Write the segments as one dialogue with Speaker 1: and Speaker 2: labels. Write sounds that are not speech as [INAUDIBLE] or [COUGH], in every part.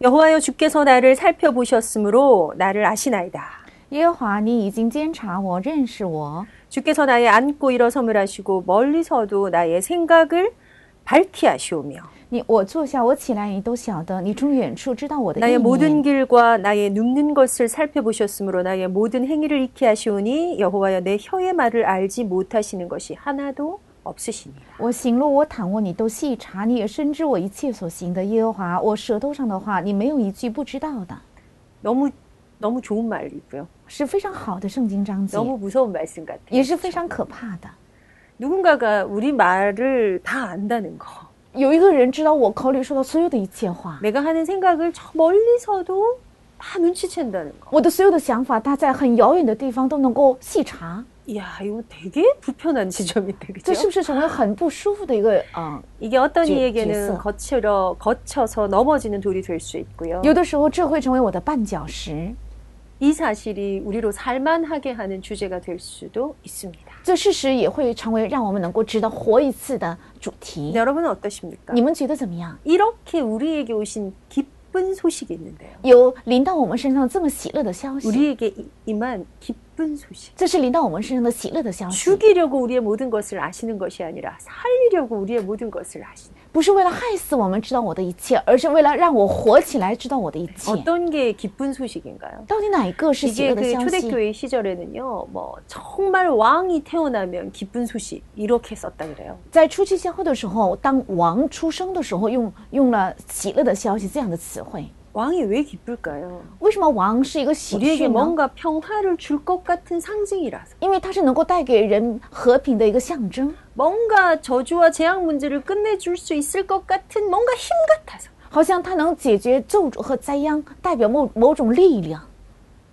Speaker 1: 여호와여 주께서 나를 살펴보셨으므로 나를 아시나이다.
Speaker 2: 耶和华，你已经监察我，认识我。
Speaker 1: 주께서 나의 안고 일어섬을 하시고 멀리서도 나의 생각을 밝히 하시오며
Speaker 2: 你我坐下，我起来，你都晓得。你从远处知道我的
Speaker 1: 나의
Speaker 2: 意
Speaker 1: 모든
Speaker 2: 念。
Speaker 1: 길과 나의 눕는 것을 살펴보셨으므로 나의 모든 행위를 익히 하시오니 여호와여 내 혀의 말을 알지 못하시는 것이 하나도 없으시니라.
Speaker 2: 我行路，我躺卧，你都细察，你也深知我一切所行的。耶和华，我舌头上的话，你没有一句不知道的，
Speaker 1: 너무 너무 좋은 말이고요.
Speaker 2: 是非常好的圣经章节，
Speaker 1: 너무 무서운 말씀 같아요.
Speaker 2: 也是非常可怕的。
Speaker 1: 누군가가 우리 말을 다 안다는 거.
Speaker 2: 有一个人知道我口里说的所有的一切话，
Speaker 1: 내가 하는 생각을 저 멀리서도 다 눈치챈다는 거.
Speaker 2: 我的所有的想法，他在很遥远的地方都能够细察，
Speaker 1: 이야, 이거 되게 불편한 [LAUGHS] 지점인데,
Speaker 2: 这
Speaker 1: 그죠?
Speaker 2: 是不是成为很不舒服的一个啊、
Speaker 1: 이게 어떤
Speaker 2: 지-
Speaker 1: 이에게는
Speaker 2: 질서.
Speaker 1: 거칠어, 거쳐서 넘어지는 돌이 될 수 있고요.
Speaker 2: 有的时候这会成为我的绊脚石。
Speaker 1: 이 사실이 우리로 살만하게 하는 주제가 될 수도 있습니다.
Speaker 2: 这事实也会成为让我们能够值得活一次的主题
Speaker 1: 네, 。 여러분은 어떠십니까?
Speaker 2: 你们觉得怎么样？
Speaker 1: 이렇게 우리에게 오신 기쁜 소식이 있는데요.
Speaker 2: 有临到我们身上这么喜乐的消息，
Speaker 1: 우리에게 이- 임한 기쁜 소식.
Speaker 2: 这是临到我们身上的喜乐的
Speaker 1: 아, 네.
Speaker 2: 消息，
Speaker 1: 죽이려고 우리의 모든 것을 아시는 것이 아니라 살리려고 우리의 모든 것을 아시는.
Speaker 2: 不是为了害死我们知道我的一切，而是为了让我活起来知道我的一切。
Speaker 1: 어떤 게 기쁜 소식인가요?
Speaker 2: 到底哪一个是喜
Speaker 1: 이게
Speaker 2: 乐的
Speaker 1: 그
Speaker 2: 消息？
Speaker 1: 초대교회 시절에는요, 뭐 정말 왕이 태어나면 기쁜 소식 이렇게 썼다 그래요.
Speaker 2: 在初期教会的时候，当王出生的时候，用用了“喜乐的消息”这样的词汇。
Speaker 1: 왕이 왜 기쁠까요?
Speaker 2: 为什么王是一个喜
Speaker 1: 우리에게
Speaker 2: 讯呢？
Speaker 1: 뭔가 평화를 줄 것 같은 상징이라서
Speaker 2: 因为它是能够带给人和平的一个象征，
Speaker 1: 뭔가 저주와 재앙 문제를 끝내줄 수 있을 것 같은 뭔가 힘 같아서
Speaker 2: 好像它能解决咒诅和灾殃，代表某某种力量。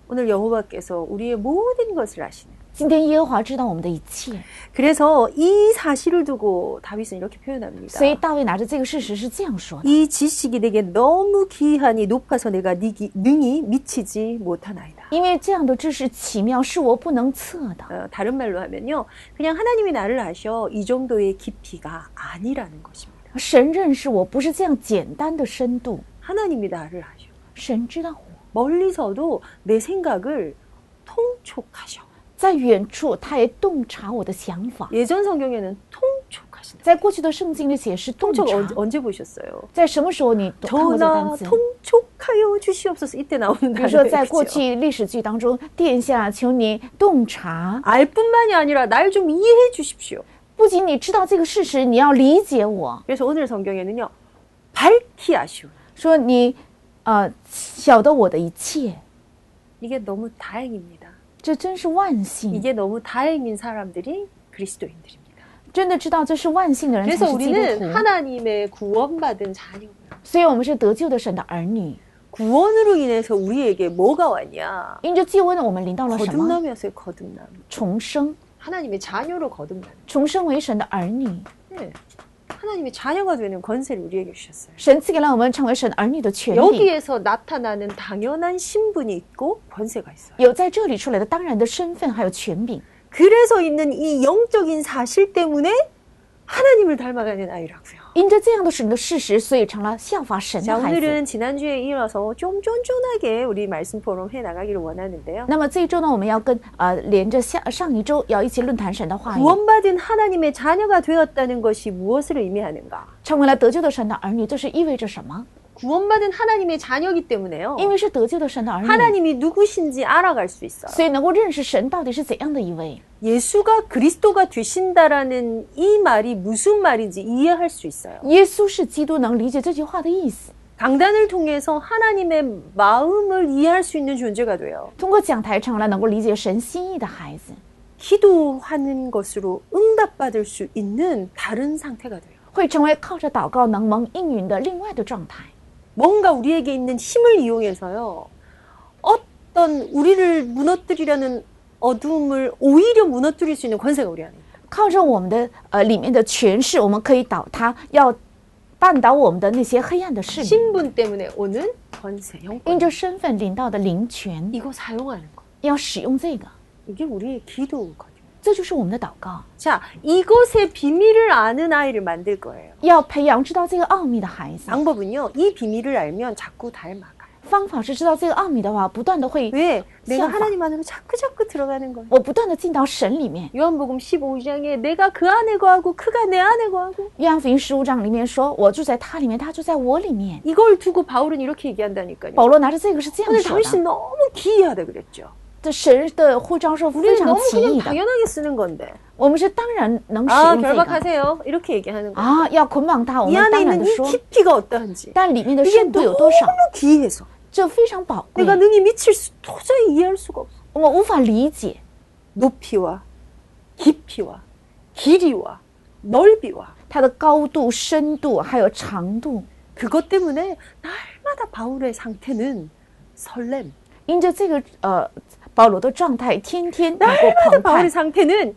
Speaker 1: 오늘 여호와께서 우리의 모든 것을 아시는
Speaker 2: 今天耶和华知道我们的一切，
Speaker 1: 啊 그래서 이 사실을 두고 다윗은 이렇게
Speaker 2: 所以
Speaker 1: 표현합니다.
Speaker 2: 大卫拿着这个事实是这样说的。
Speaker 1: 이 지식이 내게 너무 귀하니 높아서 내가 네 기- 능히 미치지 못하나이다.
Speaker 2: 因为这样的知识奇妙是我不能测的。
Speaker 1: 어, 다른 말로 하면요. 그냥 하나님이 나를 아셔 이 정도의 깊이가 아니라는 것입니다.
Speaker 2: 神认识我不是这样简单的深度，
Speaker 1: 하나님이 나를 아셔.
Speaker 2: 神知道我
Speaker 1: 멀리서도 내 생각을 통촉하셔.
Speaker 2: 在远处，他也洞察我的想法。
Speaker 1: 예전 성경에는 통촉하신다.
Speaker 2: 在过去的圣经里写是洞察
Speaker 1: 통촉 ， 언제, 언제 보셨어요?
Speaker 2: 在什么时候你看过这个
Speaker 1: 전하
Speaker 2: 单词？
Speaker 1: 통촉하여 주시옵소서 이때 나오는
Speaker 2: 比如说，在
Speaker 1: 단어예요.
Speaker 2: 过
Speaker 1: 그죠?
Speaker 2: 去历史剧当中，殿下求你洞察，
Speaker 1: 알 뿐만이 아니라 날 좀 이해해 주십시오.
Speaker 2: 不仅你知道这个事实，你要理解我，
Speaker 1: 그래서 오늘 성경에는요. 밝히 아시오.
Speaker 2: 说你，呃，晓得我的一切，
Speaker 1: 이게 너무 다행입니다.
Speaker 2: 这真是万幸，
Speaker 1: 이게 너무 다행인 사람들이 그리스도인들입니다.
Speaker 2: 真的知道这是万幸的人才
Speaker 1: 그래서
Speaker 2: 是基督
Speaker 1: 우리는
Speaker 2: 徒。
Speaker 1: 하나님의 구원받은 자녀고요.
Speaker 2: 所以我们是得救的神的儿女。
Speaker 1: 구원으로 인해서 우리에게 뭐가 왔냐?
Speaker 2: 因着救恩，我们临到了什么？
Speaker 1: 거듭남이었어요, 거듭남.
Speaker 2: 重生，
Speaker 1: 하나님의 자녀로 거듭남.
Speaker 2: 重生为神的儿女。
Speaker 1: 네. 하나님의 자녀가 되는 권세를 우리에게 주셨어요.
Speaker 2: 神赐给了我们成为神儿女的权利，
Speaker 1: 여기에서 나타나는 당연한 신분이 있고 권세가 있어요.
Speaker 2: 有在这里出来的当然的身份还有权柄。
Speaker 1: 그래서 있는 이 영적인 사실 때문에 하나님을 닮아가는 아이라고요.
Speaker 2: 因着这样的神的事实，所以成了效法神
Speaker 1: 자,
Speaker 2: 的孩子。
Speaker 1: 오늘은 지난주에 이어서 좀 쫀쫀하게 우리 말씀 포럼 해 나가기를 원하는데요.
Speaker 2: 那么这一周呢，我们要跟呃连着下上一周要一起论坛神的话语，
Speaker 1: 구원받은 하나님의 자녀가 되었다는 것이 무엇을 의미하는가?
Speaker 2: 成为了得救的神的儿女，这是意味着什么？
Speaker 1: 구원받은 하나님의 자녀이기 때문에요.
Speaker 2: 因为是得救的神的儿女，
Speaker 1: 하나님이 누구신지 알아갈 수 있어요.
Speaker 2: 所以能够认识神到底是怎样的一位。
Speaker 1: 예수가 그리스도가 되신다라는 이 말이 무슨 말인지 이해할 수 있어요.
Speaker 2: 耶稣是基督，能理解这句话的意思。
Speaker 1: 강단을 통해서 하나님의 마음을 이해할 수 있는 존재가 돼요.
Speaker 2: 通过讲台成了能够理解神心意的孩子，
Speaker 1: 기도하는 것으로 응답받을 수 있는 다른 상태가 돼요.
Speaker 2: 会成为靠着祷告能蒙应允的另外的状态。
Speaker 1: 뭔가 우리에게 있는 힘을 이용해서요. 어떤 우리를 무너뜨리려는 어둠을 오히려 무너뜨릴 수 있는 권세가 우리 안에 있어요.
Speaker 2: 靠着我们的呃里面的权势，我们可以倒塌，要绊倒我们的那些黑暗的势力。
Speaker 1: 신분 때문에 오는 권세, 영권.
Speaker 2: 因着身份领到的灵权，
Speaker 1: 이거 사용하는 거.
Speaker 2: 要使用这个，
Speaker 1: 이게 우리의 기도거든요.
Speaker 2: 这这就是我们的祷告，
Speaker 1: 자, 이것의 비밀을 아는 아이를 만들 거예요.
Speaker 2: 要培养知道这个奥秘的孩子。
Speaker 1: 방법은요, 이 비밀을 알면 자꾸 닮아가요.
Speaker 2: 方法是知道这个奥秘的话，不断的会，
Speaker 1: 왜? 내가
Speaker 2: 시험 봐.
Speaker 1: 하나님 안으로 자꾸 자꾸 들어가는 거예요.
Speaker 2: 我不断的进到神里面。
Speaker 1: 요한복음 15장에 내가 그 안에 거하고 그가 내 안에 거하고
Speaker 2: 约翰福音十五章里面说：“我住在他里面，他住在我里面。
Speaker 1: 이걸 두고 바울은 이렇게 얘기한다니까요.
Speaker 2: 保罗拿着这个是这样
Speaker 1: 오늘
Speaker 2: 说的
Speaker 1: 당신 。 너무 기이하다 그랬죠.
Speaker 2: 这神的护照是
Speaker 1: 우리는
Speaker 2: 非常
Speaker 1: 너무
Speaker 2: 奇
Speaker 1: 그냥
Speaker 2: 异的，
Speaker 1: 당연하게 쓰는 건데.
Speaker 2: 我们是当然能使
Speaker 1: 아
Speaker 2: 用这个
Speaker 1: 결박하세요. 이렇게 얘기하는 거예요.
Speaker 2: 啊，要捆绑他，我
Speaker 1: 이
Speaker 2: 们
Speaker 1: 안에
Speaker 2: 当然
Speaker 1: 있는
Speaker 2: 的
Speaker 1: 이
Speaker 2: 说，
Speaker 1: 깊이가 어떠한지
Speaker 2: 但里面的
Speaker 1: 이게
Speaker 2: 深度有
Speaker 1: 너무
Speaker 2: 多少，
Speaker 1: 기이해서
Speaker 2: 这非常宝贵
Speaker 1: 내가 ， 능히 미칠 수 도저히 이해할 수가 없어.
Speaker 2: 我们无法理解
Speaker 1: 높이와 깊이와 길이와 넓이와
Speaker 2: 它的高度、深度还有长度。
Speaker 1: 그것 때문에 날마다 바울의 상태는 설렘.
Speaker 2: 因着这个呃，保罗的状态天天能够
Speaker 1: 날마다
Speaker 2: 澎
Speaker 1: 바울의
Speaker 2: 湃，
Speaker 1: 상태는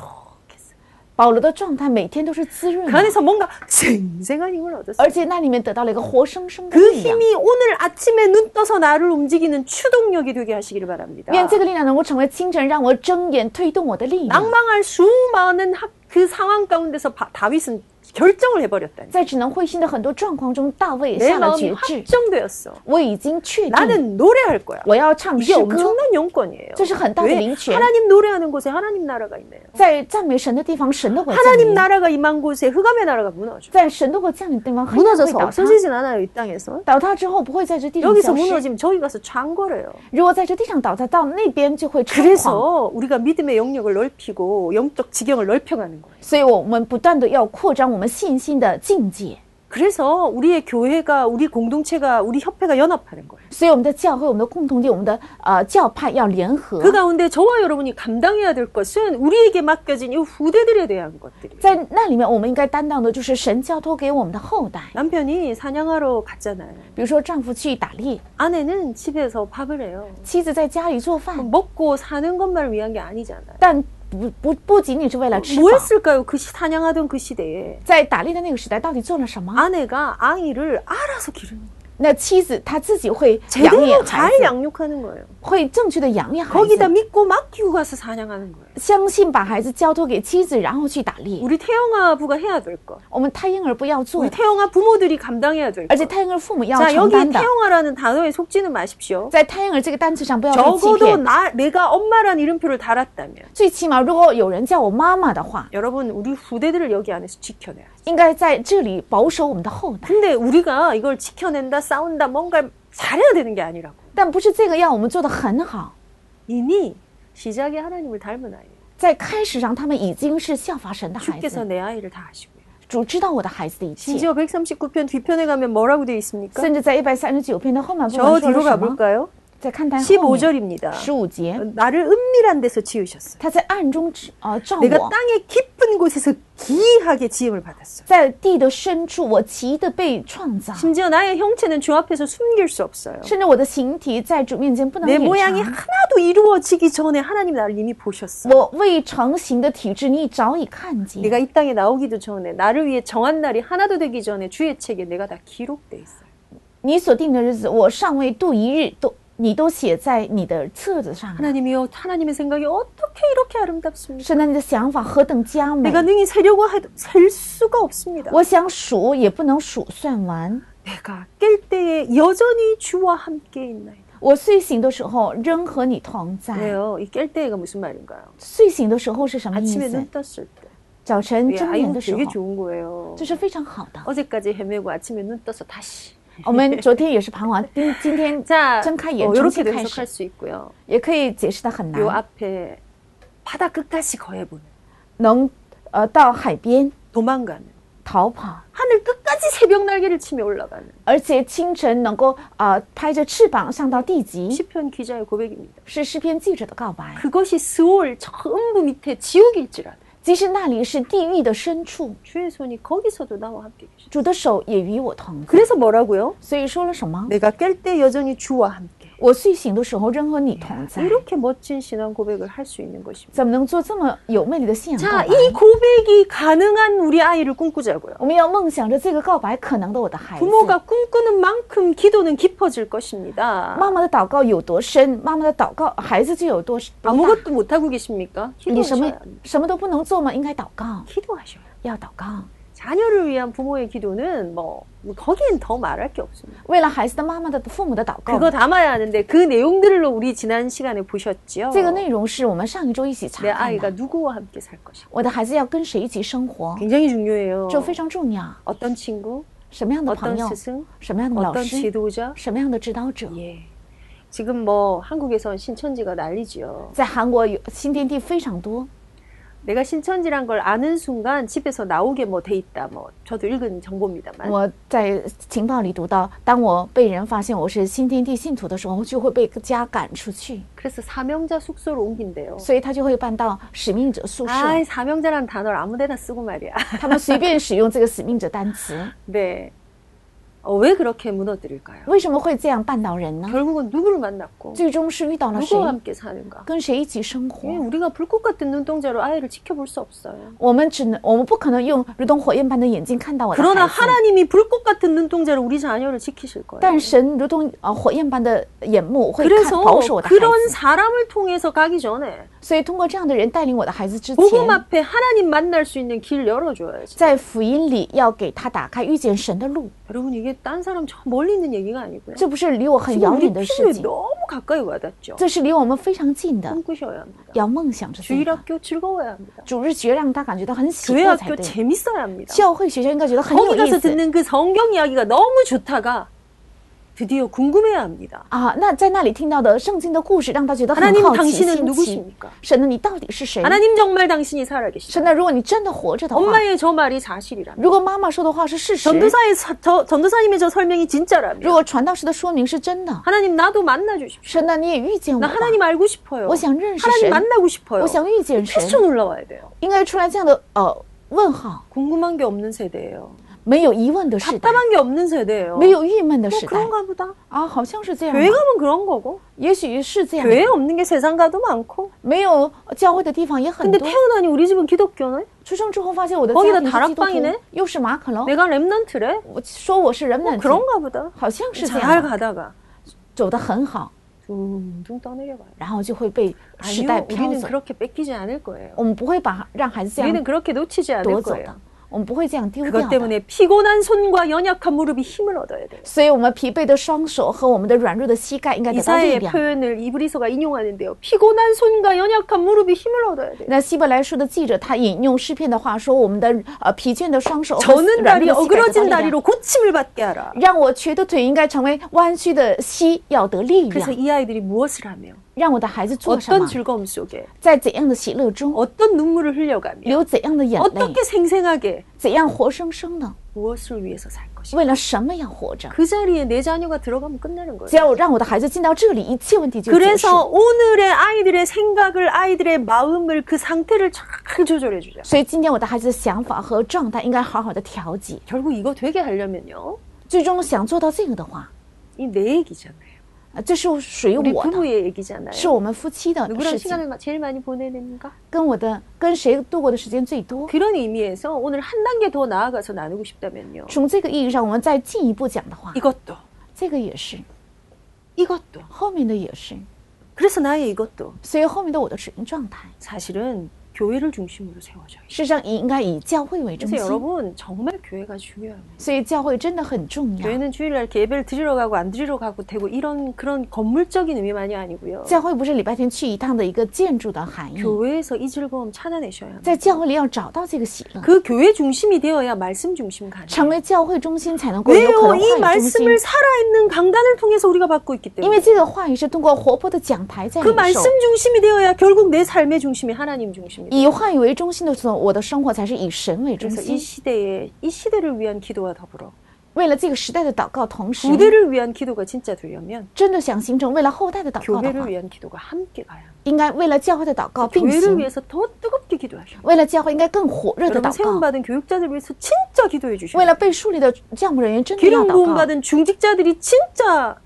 Speaker 1: 촉촉했어요.
Speaker 2: 保罗的状态每天都是滋润
Speaker 1: 그
Speaker 2: 的，
Speaker 1: 안에서 뭔가 생생한 힘을 얻었어요.
Speaker 2: 而且那里面得到了一个活生生的
Speaker 1: 그
Speaker 2: 力量。
Speaker 1: 힘이 오늘 아침에 눈 떠서 나를 움직이는 추동력이 되게 하시기를 바랍니다.
Speaker 2: 愿这个力量能够成为清晨让我睁眼推动我的力量。
Speaker 1: 낭망할 수많은 학- 그 상황 가운데서 바- 다윗은 결정을 해버렸다니.
Speaker 2: 在只能灰心的很多状况中，大卫也
Speaker 1: 내
Speaker 2: 下了
Speaker 1: 마음이
Speaker 2: 决志。
Speaker 1: 확정되었어.
Speaker 2: 我已经确定，
Speaker 1: 나는 노래할 거야.
Speaker 2: 我要唱
Speaker 1: 이게
Speaker 2: 诗歌。
Speaker 1: 엄청난 영권이에요.
Speaker 2: 这是很大的
Speaker 1: 왜
Speaker 2: 灵权。
Speaker 1: 하나님 노래하는 곳에 하나님 나라가 있네요.
Speaker 2: 在赞美神的地方，神的国降
Speaker 1: 하나님
Speaker 2: 临；
Speaker 1: 나라가 임한 곳에 흑암의 나라가 무너져.
Speaker 2: 在神的国降临的地方，很难会
Speaker 1: 무너져서
Speaker 2: 倒塌。
Speaker 1: 없어지진 않아요, 이 땅에서.
Speaker 2: 倒塌之后不会在这地上
Speaker 1: 여기서
Speaker 2: 消失。
Speaker 1: 무너지면 저기 가서 창거려요.
Speaker 2: 如果在这地上倒塌，到那边就会猖狂。
Speaker 1: 그래서 우리가 믿음의 영역을 넓히고 영적 지경을 넓혀가는 거예요.
Speaker 2: 所以我们不断的要扩张我们信心的境界，
Speaker 1: 그래서 우리의 교회가, 우리 공동체가, 우리 협회가 연합하는 거예요.
Speaker 2: 所以我们的教会、我们的共同体、我们的呃教派要联合
Speaker 1: 그 。 가운데 저와 여러분이 감당해야 될 것은 우리에게 맡겨진 이 후대들에 대한 것들이에요.
Speaker 2: 在那里面，我们应该担当的就是神交托给我们的后代。
Speaker 1: 남편이 사냥하러 갔잖아요.
Speaker 2: 比如说，丈夫去打猎，
Speaker 1: 아내는 집에서 밥을 해요.
Speaker 2: 妻子在家里做饭，
Speaker 1: 먹고 사는 것만을 위한 게 아니잖아요.
Speaker 2: 但不不不仅仅是为了吃
Speaker 1: 뭐
Speaker 2: 饱。
Speaker 1: 했을까요? 그 시- 사냥하던 그 시대에
Speaker 2: 在打猎的那个时代，到底做了什么？
Speaker 1: 아내가 아이를 알아서 기르는 거예요.
Speaker 2: 那妻子她自己会养
Speaker 1: 제대로
Speaker 2: 眼孩
Speaker 1: 잘
Speaker 2: 子，
Speaker 1: 양육하는 거예요.
Speaker 2: 会正确的养育孩
Speaker 1: 거기다
Speaker 2: 子，
Speaker 1: 믿고 맡기고 가서 사냥하는 거예요.
Speaker 2: 相信把孩子交托给妻子，然后去打猎。
Speaker 1: 우리 태영아 부가 해야 될 거.
Speaker 2: 我们胎婴儿不要做
Speaker 1: 우리
Speaker 2: 的，
Speaker 1: 태영아 부모들이 감당해야 될
Speaker 2: 而且
Speaker 1: 거.
Speaker 2: 胎婴儿父母要
Speaker 1: 자,
Speaker 2: 承
Speaker 1: 여기
Speaker 2: 担的。
Speaker 1: 태영아라는 단어에 속지는 마십시오.
Speaker 2: 在胎婴儿这个单词上不要被欺
Speaker 1: 적어도
Speaker 2: 骗。
Speaker 1: 나 내가 엄마란 이름표를 달았다면
Speaker 2: 最起码，如果有人叫我妈妈的话，
Speaker 1: 여러분 우리 후대들을 여기 안에서 지켜내야.
Speaker 2: 应该在这里保守我们的后代。
Speaker 1: 근데 우리가 이걸 지켜낸다, 싸운다, 뭔가 잘해야 되는 게 아니라고.
Speaker 2: 但不是这个要我们做的很好，
Speaker 1: 이미 시작에 하나님을 닮은 아이예요.
Speaker 2: 在开始上他们已经是效法神的孩
Speaker 1: 주께서
Speaker 2: 子。
Speaker 1: 내 아이를 다 아시고요.
Speaker 2: 主知道我的孩子的一切，
Speaker 1: 심지어 139편 뒤편에 가면 뭐라고 되어 있습니까?
Speaker 2: 甚至在一百三十九篇的后半部
Speaker 1: 저
Speaker 2: 分说了
Speaker 1: 뒤로
Speaker 2: 什么？
Speaker 1: 가볼까요?
Speaker 2: 在看
Speaker 1: 아,
Speaker 2: 台后面
Speaker 1: 15절입니다. 어,
Speaker 2: 十五节，
Speaker 1: 나를 은밀한 데서 지으셨어요.
Speaker 2: 他在暗中指呃照
Speaker 1: 내가
Speaker 2: 我，
Speaker 1: 땅의 깊은 곳에서 기이하게 지음을 받았어요.
Speaker 2: 在地的深处，我奇的被创造，
Speaker 1: 심지어 나의 형체는 주 앞에서 숨길 수 없어요.
Speaker 2: 甚至我的形体在主面前不能
Speaker 1: 내
Speaker 2: 掩
Speaker 1: 모양이
Speaker 2: 藏。
Speaker 1: 하나도 이루어지기 전에 하나님 나를 이미 보셨어요.
Speaker 2: 我未成形的体质，你早已看见。
Speaker 1: 내가 이 땅에 나오기도 전에 나를 위해 정한 날이 하나도 되기 전에 주의 책에 내가 다 기록돼 있어요.
Speaker 2: 你所定的日子，我尚未度一日，都你都写在你的册子上了。
Speaker 1: 하나님이요, 하나님의 생각이 어떻게 이렇게 아름답습니까?
Speaker 2: 神的你的想法何等佳
Speaker 1: 내가
Speaker 2: 美！
Speaker 1: 능히 세려고 해도 셀 수가 없습니다.
Speaker 2: 我想数也不能数算完。
Speaker 1: 내가 깰 때에 여전히 주와 함께 있나이다.
Speaker 2: 我睡醒的时候仍和你同在。
Speaker 1: 그래요. 이 깰 때가 무슨 말인가요?
Speaker 2: 睡醒的时候是什么意
Speaker 1: 아침에
Speaker 2: 思
Speaker 1: 눈 ？ 떴을 때.
Speaker 2: 早晨
Speaker 1: 예,
Speaker 2: 睁眼
Speaker 1: 아이고
Speaker 2: 的时
Speaker 1: 되게
Speaker 2: 候，
Speaker 1: 좋은 거예요.
Speaker 2: 这是非常好的。
Speaker 1: 어제까지 헤매고 아침에 눈 떠서 다시.
Speaker 2: 我们昨天也是彷徨，今今天
Speaker 1: 자,
Speaker 2: 睁开
Speaker 1: 어,
Speaker 2: 眼重新
Speaker 1: 이렇게도
Speaker 2: 开始
Speaker 1: 해석할 ，수 있고요.
Speaker 2: 也可以解释的很
Speaker 1: 요
Speaker 2: 难。
Speaker 1: 앞에 바다 끝까지 거해보는,
Speaker 2: 能呃到海边
Speaker 1: 도망가는,
Speaker 2: 逃跑，
Speaker 1: 하늘 끝까지 새벽 날개를 치며 올라가는
Speaker 2: 而且清晨能够呃拍着翅膀上到地极，
Speaker 1: 시편 기자의 고백입니다.
Speaker 2: 是诗篇记者的告白。
Speaker 1: 그것이 스올 전부 밑에 지옥일지라도
Speaker 2: 即使那里是地狱的深处，
Speaker 1: 주의 손이 거기서도 나와 함께 계시다.
Speaker 2: 主的手也与我同在。
Speaker 1: 그래서 뭐라고요?
Speaker 2: 所以说了什么？
Speaker 1: 내가 깰 때 여전히 주와 함께.
Speaker 2: 我睡醒的时候仍和你同在。
Speaker 1: 이렇게 멋진 신앙 고백을 할 수 있는 것입니다.
Speaker 2: 怎么能做这么有魅力的信仰告
Speaker 1: 자,
Speaker 2: 白？
Speaker 1: 이 고백이 가능한 우리 아이를 꿈꾸자고요.
Speaker 2: 我们要梦想着这个告白可能的我的孩子。
Speaker 1: 부모가 꿈꾸는 만큼 기도는 깊어질 것입니다.
Speaker 2: 妈妈的祷告有多深，妈妈的祷告孩子就有多多大。
Speaker 1: 아무것도 그러니까 못 하고 계십니까?
Speaker 2: 你什么
Speaker 1: 기도하셔야 합니다.
Speaker 2: 什么都不能做吗？应该祷告，
Speaker 1: 기도하셔야 합니다.
Speaker 2: 要祷告。
Speaker 1: 자녀를 위한 부모의 기도는 뭐 거기엔 더 말할 게 없습니다.
Speaker 2: 为了孩子的妈妈的父母的祷告
Speaker 1: 그거 ， 담아야 하는데 그 내용들로 우리 지난 시간에 보셨지요.
Speaker 2: 这个内容是我们上一周一起查
Speaker 1: 내
Speaker 2: 看
Speaker 1: 아이가
Speaker 2: 的。
Speaker 1: 누구와 함께 살 것인가
Speaker 2: 我的孩子要跟谁一起生活，
Speaker 1: 굉장히 중요해요.
Speaker 2: 这非常重要。
Speaker 1: 어떤 친구,
Speaker 2: 什么样的朋
Speaker 1: 어떤
Speaker 2: 友，
Speaker 1: 스승,
Speaker 2: 什么样的老
Speaker 1: 어떤
Speaker 2: 师，
Speaker 1: 지도자.
Speaker 2: 什么样的指导者，
Speaker 1: 예. 지금 뭐 한국에선 신천지가 난리지요.
Speaker 2: 在韩国有新天地非常多。
Speaker 1: 내가 신천지란 걸 아는 순간 집에서 나오게 뭐 돼 있다. 뭐 저도 읽은 정보입니다만.
Speaker 2: 我在情报里读到，当我被人发现我是新天地信徒的时候，就会被家赶出去，
Speaker 1: 그래서 사명자宿소로 옮긴대요.
Speaker 2: 所以他就会搬到使命者宿舍。
Speaker 1: 아, 사명자란 단어를 아무데나 쓰고 말이야. [LAUGHS]
Speaker 2: 他们随便使用这个使命者单词，
Speaker 1: 네. 어, 왜 그렇게 무너뜨릴까요?
Speaker 2: 为什么会这样绊倒人呢？
Speaker 1: 결국은 누구를 만났고
Speaker 2: 最终是遇到了谁
Speaker 1: 누구와 ， 함께 사는가?
Speaker 2: 跟谁一起生活
Speaker 1: 예, 。 우리가 불꽃 같은 눈동자로 아이를 지켜볼 수 없어요.
Speaker 2: 我们只能，我们不可能用如同火焰般的眼睛看到我
Speaker 1: 아,
Speaker 2: 的
Speaker 1: 그러나
Speaker 2: 孩子，
Speaker 1: 하나님이 불꽃 같은 눈동자로 우리 자녀를 지키실 거예요.
Speaker 2: 但神如同呃火焰般的眼目会看
Speaker 1: 그래서
Speaker 2: 保守我的孩
Speaker 1: 그런
Speaker 2: 子。
Speaker 1: 사람을 통해서 가기 전에
Speaker 2: 所以通过这样的人带领我的孩子之
Speaker 1: 복음
Speaker 2: 前，
Speaker 1: 앞에 하나님 만날 수 있는 길 열어줘야지.
Speaker 2: 在福音里要给他打开遇见神的路，
Speaker 1: 여러분 이게 딴 사람 저 멀리 있는 얘기가 아니고요.
Speaker 2: 这不是离我很
Speaker 1: 지금
Speaker 2: 遥
Speaker 1: 우리
Speaker 2: 远的事
Speaker 1: 필요에
Speaker 2: 情，
Speaker 1: 너무 가까이 와닿죠.
Speaker 2: 这是离我们非常近的。
Speaker 1: 꿈꾸셔야 합니다.
Speaker 2: 要梦想着这
Speaker 1: 주일
Speaker 2: 个，
Speaker 1: 학교 즐거워야 합니다.
Speaker 2: 主日学让他感觉到很喜
Speaker 1: 교회
Speaker 2: 乐才
Speaker 1: 학교
Speaker 2: 对。
Speaker 1: 재밌어야 합니다.
Speaker 2: 教会学校应该觉得很有
Speaker 1: 거기
Speaker 2: 意
Speaker 1: 가서
Speaker 2: 思
Speaker 1: 듣는 그 성경 이야기가 너무 좋다가 드디어 궁금해야 합니다.
Speaker 2: 啊。那在那里听到的圣经的故事，让他觉得很
Speaker 1: 하나님
Speaker 2: 好奇、
Speaker 1: 당신은
Speaker 2: 新奇。
Speaker 1: 누구십니까?
Speaker 2: 神啊呢，你到底是谁？
Speaker 1: 하나님 정말 당신이 살아계시죠?
Speaker 2: 神啊呢，如果你真的活
Speaker 1: 아,
Speaker 2: 着的话，
Speaker 1: 엄마의 저 말이 사실이라면
Speaker 2: 如果妈妈说的话是事实，
Speaker 1: 전도사의 사- 저, 전도사님의 저 설명이
Speaker 2: 如
Speaker 1: 진짜라면
Speaker 2: 果传道师的说明是真的，
Speaker 1: 하나님 나도 만나 주십시오.
Speaker 2: 神啊呢，你也遇见我
Speaker 1: 나
Speaker 2: 吧，
Speaker 1: 하나님 알고 싶어요.
Speaker 2: 我想认识
Speaker 1: 하나님
Speaker 2: 神，
Speaker 1: 만나고 싶어요.
Speaker 2: 我想遇见神，
Speaker 1: 패션 올라와야 돼요.
Speaker 2: 应该出来这样的呃问号，
Speaker 1: 궁금한 게 없는 세대예요.
Speaker 2: 没有疑问的时代，
Speaker 1: 답답한 게 없는 세대예요.
Speaker 2: 没有郁闷的
Speaker 1: 뭐
Speaker 2: 时代
Speaker 1: 그런가 보다.
Speaker 2: 啊，好像是这样吧，
Speaker 1: 교회 가면 그런 거고.
Speaker 2: 也许是这样，
Speaker 1: 교회 없는 게 세상 가도 많고.
Speaker 2: 没有教会的地方也很
Speaker 1: 근데
Speaker 2: 多。
Speaker 1: 태어나니 우리 집은 기독교네?
Speaker 2: 出生之后发现我的
Speaker 1: 거기다
Speaker 2: 家庭是基督
Speaker 1: 다락방이네
Speaker 2: 徒，又是马可楼，
Speaker 1: 내가 랩넌트래? 뭐
Speaker 2: 我说我是人们，
Speaker 1: 그런가 보다.
Speaker 2: 好像是这
Speaker 1: 잘
Speaker 2: 样吧，
Speaker 1: 가다가
Speaker 2: 走得很好，
Speaker 1: 둥둥 떠내려가요.
Speaker 2: 然后就会被时
Speaker 1: 아니요,
Speaker 2: 代飘
Speaker 1: 우리는
Speaker 2: 走。
Speaker 1: 그렇게 뺏기지 않을 거예요.
Speaker 2: 我们不会把让孩子这样
Speaker 1: 우리는 어, 그렇게 놓치지
Speaker 2: 夺
Speaker 1: 않을
Speaker 2: 走的
Speaker 1: 거예요. ，
Speaker 2: 我们不啊会这样丢掉
Speaker 1: 그것
Speaker 2: 的。
Speaker 1: 때문에 피곤한 손과 연약한 무릎이 힘을 얻어야 돼요.
Speaker 2: 所以，我们疲惫的双手和我们的软弱的膝盖应该得到力
Speaker 1: 이사의
Speaker 2: 量。
Speaker 1: 표현을 이브리소가 인용하는데요. 피곤한 손과 연약한 무릎이 힘을 얻어야 돼요.
Speaker 2: 那希伯来书的记者他引用诗篇的话说：“我们的呃疲倦的双手和
Speaker 1: 저는
Speaker 2: 软
Speaker 1: 다리
Speaker 2: 弱的膝盖得到
Speaker 1: 어그러진
Speaker 2: 力量，
Speaker 1: 다리로 고침을 받게 하라.
Speaker 2: 让我瘸的腿应该成为弯曲的膝，要得力
Speaker 1: 그래서
Speaker 2: 量，
Speaker 1: 이 아이들이 무엇을 하며
Speaker 2: 让我的孩子做什
Speaker 1: 어떤
Speaker 2: 么，
Speaker 1: 즐거움 속에
Speaker 2: 在怎样的喜乐中，
Speaker 1: 어떤 눈물을 흘려가며
Speaker 2: 流怎样的眼泪，
Speaker 1: 어떻게 생생하게
Speaker 2: 怎样活生生的，
Speaker 1: 무엇을 위해서 살 것인가.
Speaker 2: 为了什么要活着？
Speaker 1: 그 자리에 내 자녀가 들어가면 끝나는 거예요.
Speaker 2: 只要让我的孩子进到这里，一切问题就结束。”
Speaker 1: 그래서 오늘의 아이들의 생각을 아이들의 마음을 그 상태를 잘 조절해 주자.
Speaker 2: 所以今天我的孩子的想法和状态应该好好的调节。
Speaker 1: 결국 이거 되게 하려면요.
Speaker 2: 最终想做到这个的话，
Speaker 1: 이 내 얘기잖아요.
Speaker 2: 呃这是属于
Speaker 1: 우리
Speaker 2: 我的，
Speaker 1: 부부의 얘기잖아요.
Speaker 2: 是我们夫妻的
Speaker 1: 누구랑
Speaker 2: 事情。
Speaker 1: 시간을 마- 제일 많이 보내는가?
Speaker 2: 跟我的跟谁度过的时间最多？
Speaker 1: 그런 의미에서 오늘 한 단계 더 나아가서 나누고 싶다면요.
Speaker 2: 从这个意义上，我们再进一步讲的话，
Speaker 1: 이것도
Speaker 2: 这个也是，
Speaker 1: 이것도
Speaker 2: 后面的也是。
Speaker 1: 그래서 나의 이것도
Speaker 2: 所以后面的我的使用状态，
Speaker 1: 사실은 교회를 중심으로 세워져요.
Speaker 2: 事实上也应该以教会为中
Speaker 1: 그래서
Speaker 2: 心。
Speaker 1: 여러분 정말 교회가 중요합니다.
Speaker 2: 所以教会真的很重要。
Speaker 1: 교회는 주일날 이렇게 예배를 드리러 가고 안 드리러 가고 되고 이런 그런 건물적인 의미만이 아니고요. 음.
Speaker 2: 教会不是礼拜天去一趟的一个建筑的含义，
Speaker 1: 교회에서 이 즐거움 찾아내셔야 합니다.
Speaker 2: 在教会里要找到这个喜乐，
Speaker 1: 그 교회 중심이 되어야 말씀 중심 가능.
Speaker 2: 成为教会中心才能够有
Speaker 1: 왜요?
Speaker 2: 可能
Speaker 1: 이
Speaker 2: 话语中心。
Speaker 1: 말씀을 살아있는 강단을 통해서 우리가 받고 있기
Speaker 2: 因为
Speaker 1: 때문에
Speaker 2: 这个话语是通过活泼的讲台在
Speaker 1: 그
Speaker 2: 领
Speaker 1: 말씀
Speaker 2: 受，
Speaker 1: 중심이 되어야 결국 내 삶의 중심이 하나님 중심입니다.
Speaker 2: 以话语为中心的时候，我的生活才是以神为中
Speaker 1: 그래서 이
Speaker 2: 心。
Speaker 1: 시대에 이 시대를 위한 기도와 더불어
Speaker 2: 为了这个时代的祷告，同时
Speaker 1: 부대를 위한 기도가 진짜 되려면
Speaker 2: 真的想形成为了后代的祷告的
Speaker 1: 교회를
Speaker 2: 话，
Speaker 1: 위한 기도가 함께 가야 합니다.
Speaker 2: 应该为了教会的祷告并
Speaker 1: 교회를
Speaker 2: 行，
Speaker 1: 위해서 더 뜨겁게 기도하셔야 합니다.
Speaker 2: 为了教会应该更火热的
Speaker 1: 여러분
Speaker 2: 祷告，
Speaker 1: 세움받은 교육자들 위해서 진짜 기도해 주셔야
Speaker 2: 为
Speaker 1: 합니다.
Speaker 2: 了被树立的教牧人员真的要
Speaker 1: 기름
Speaker 2: 祷告，
Speaker 1: 부음받은 중직자들이 진짜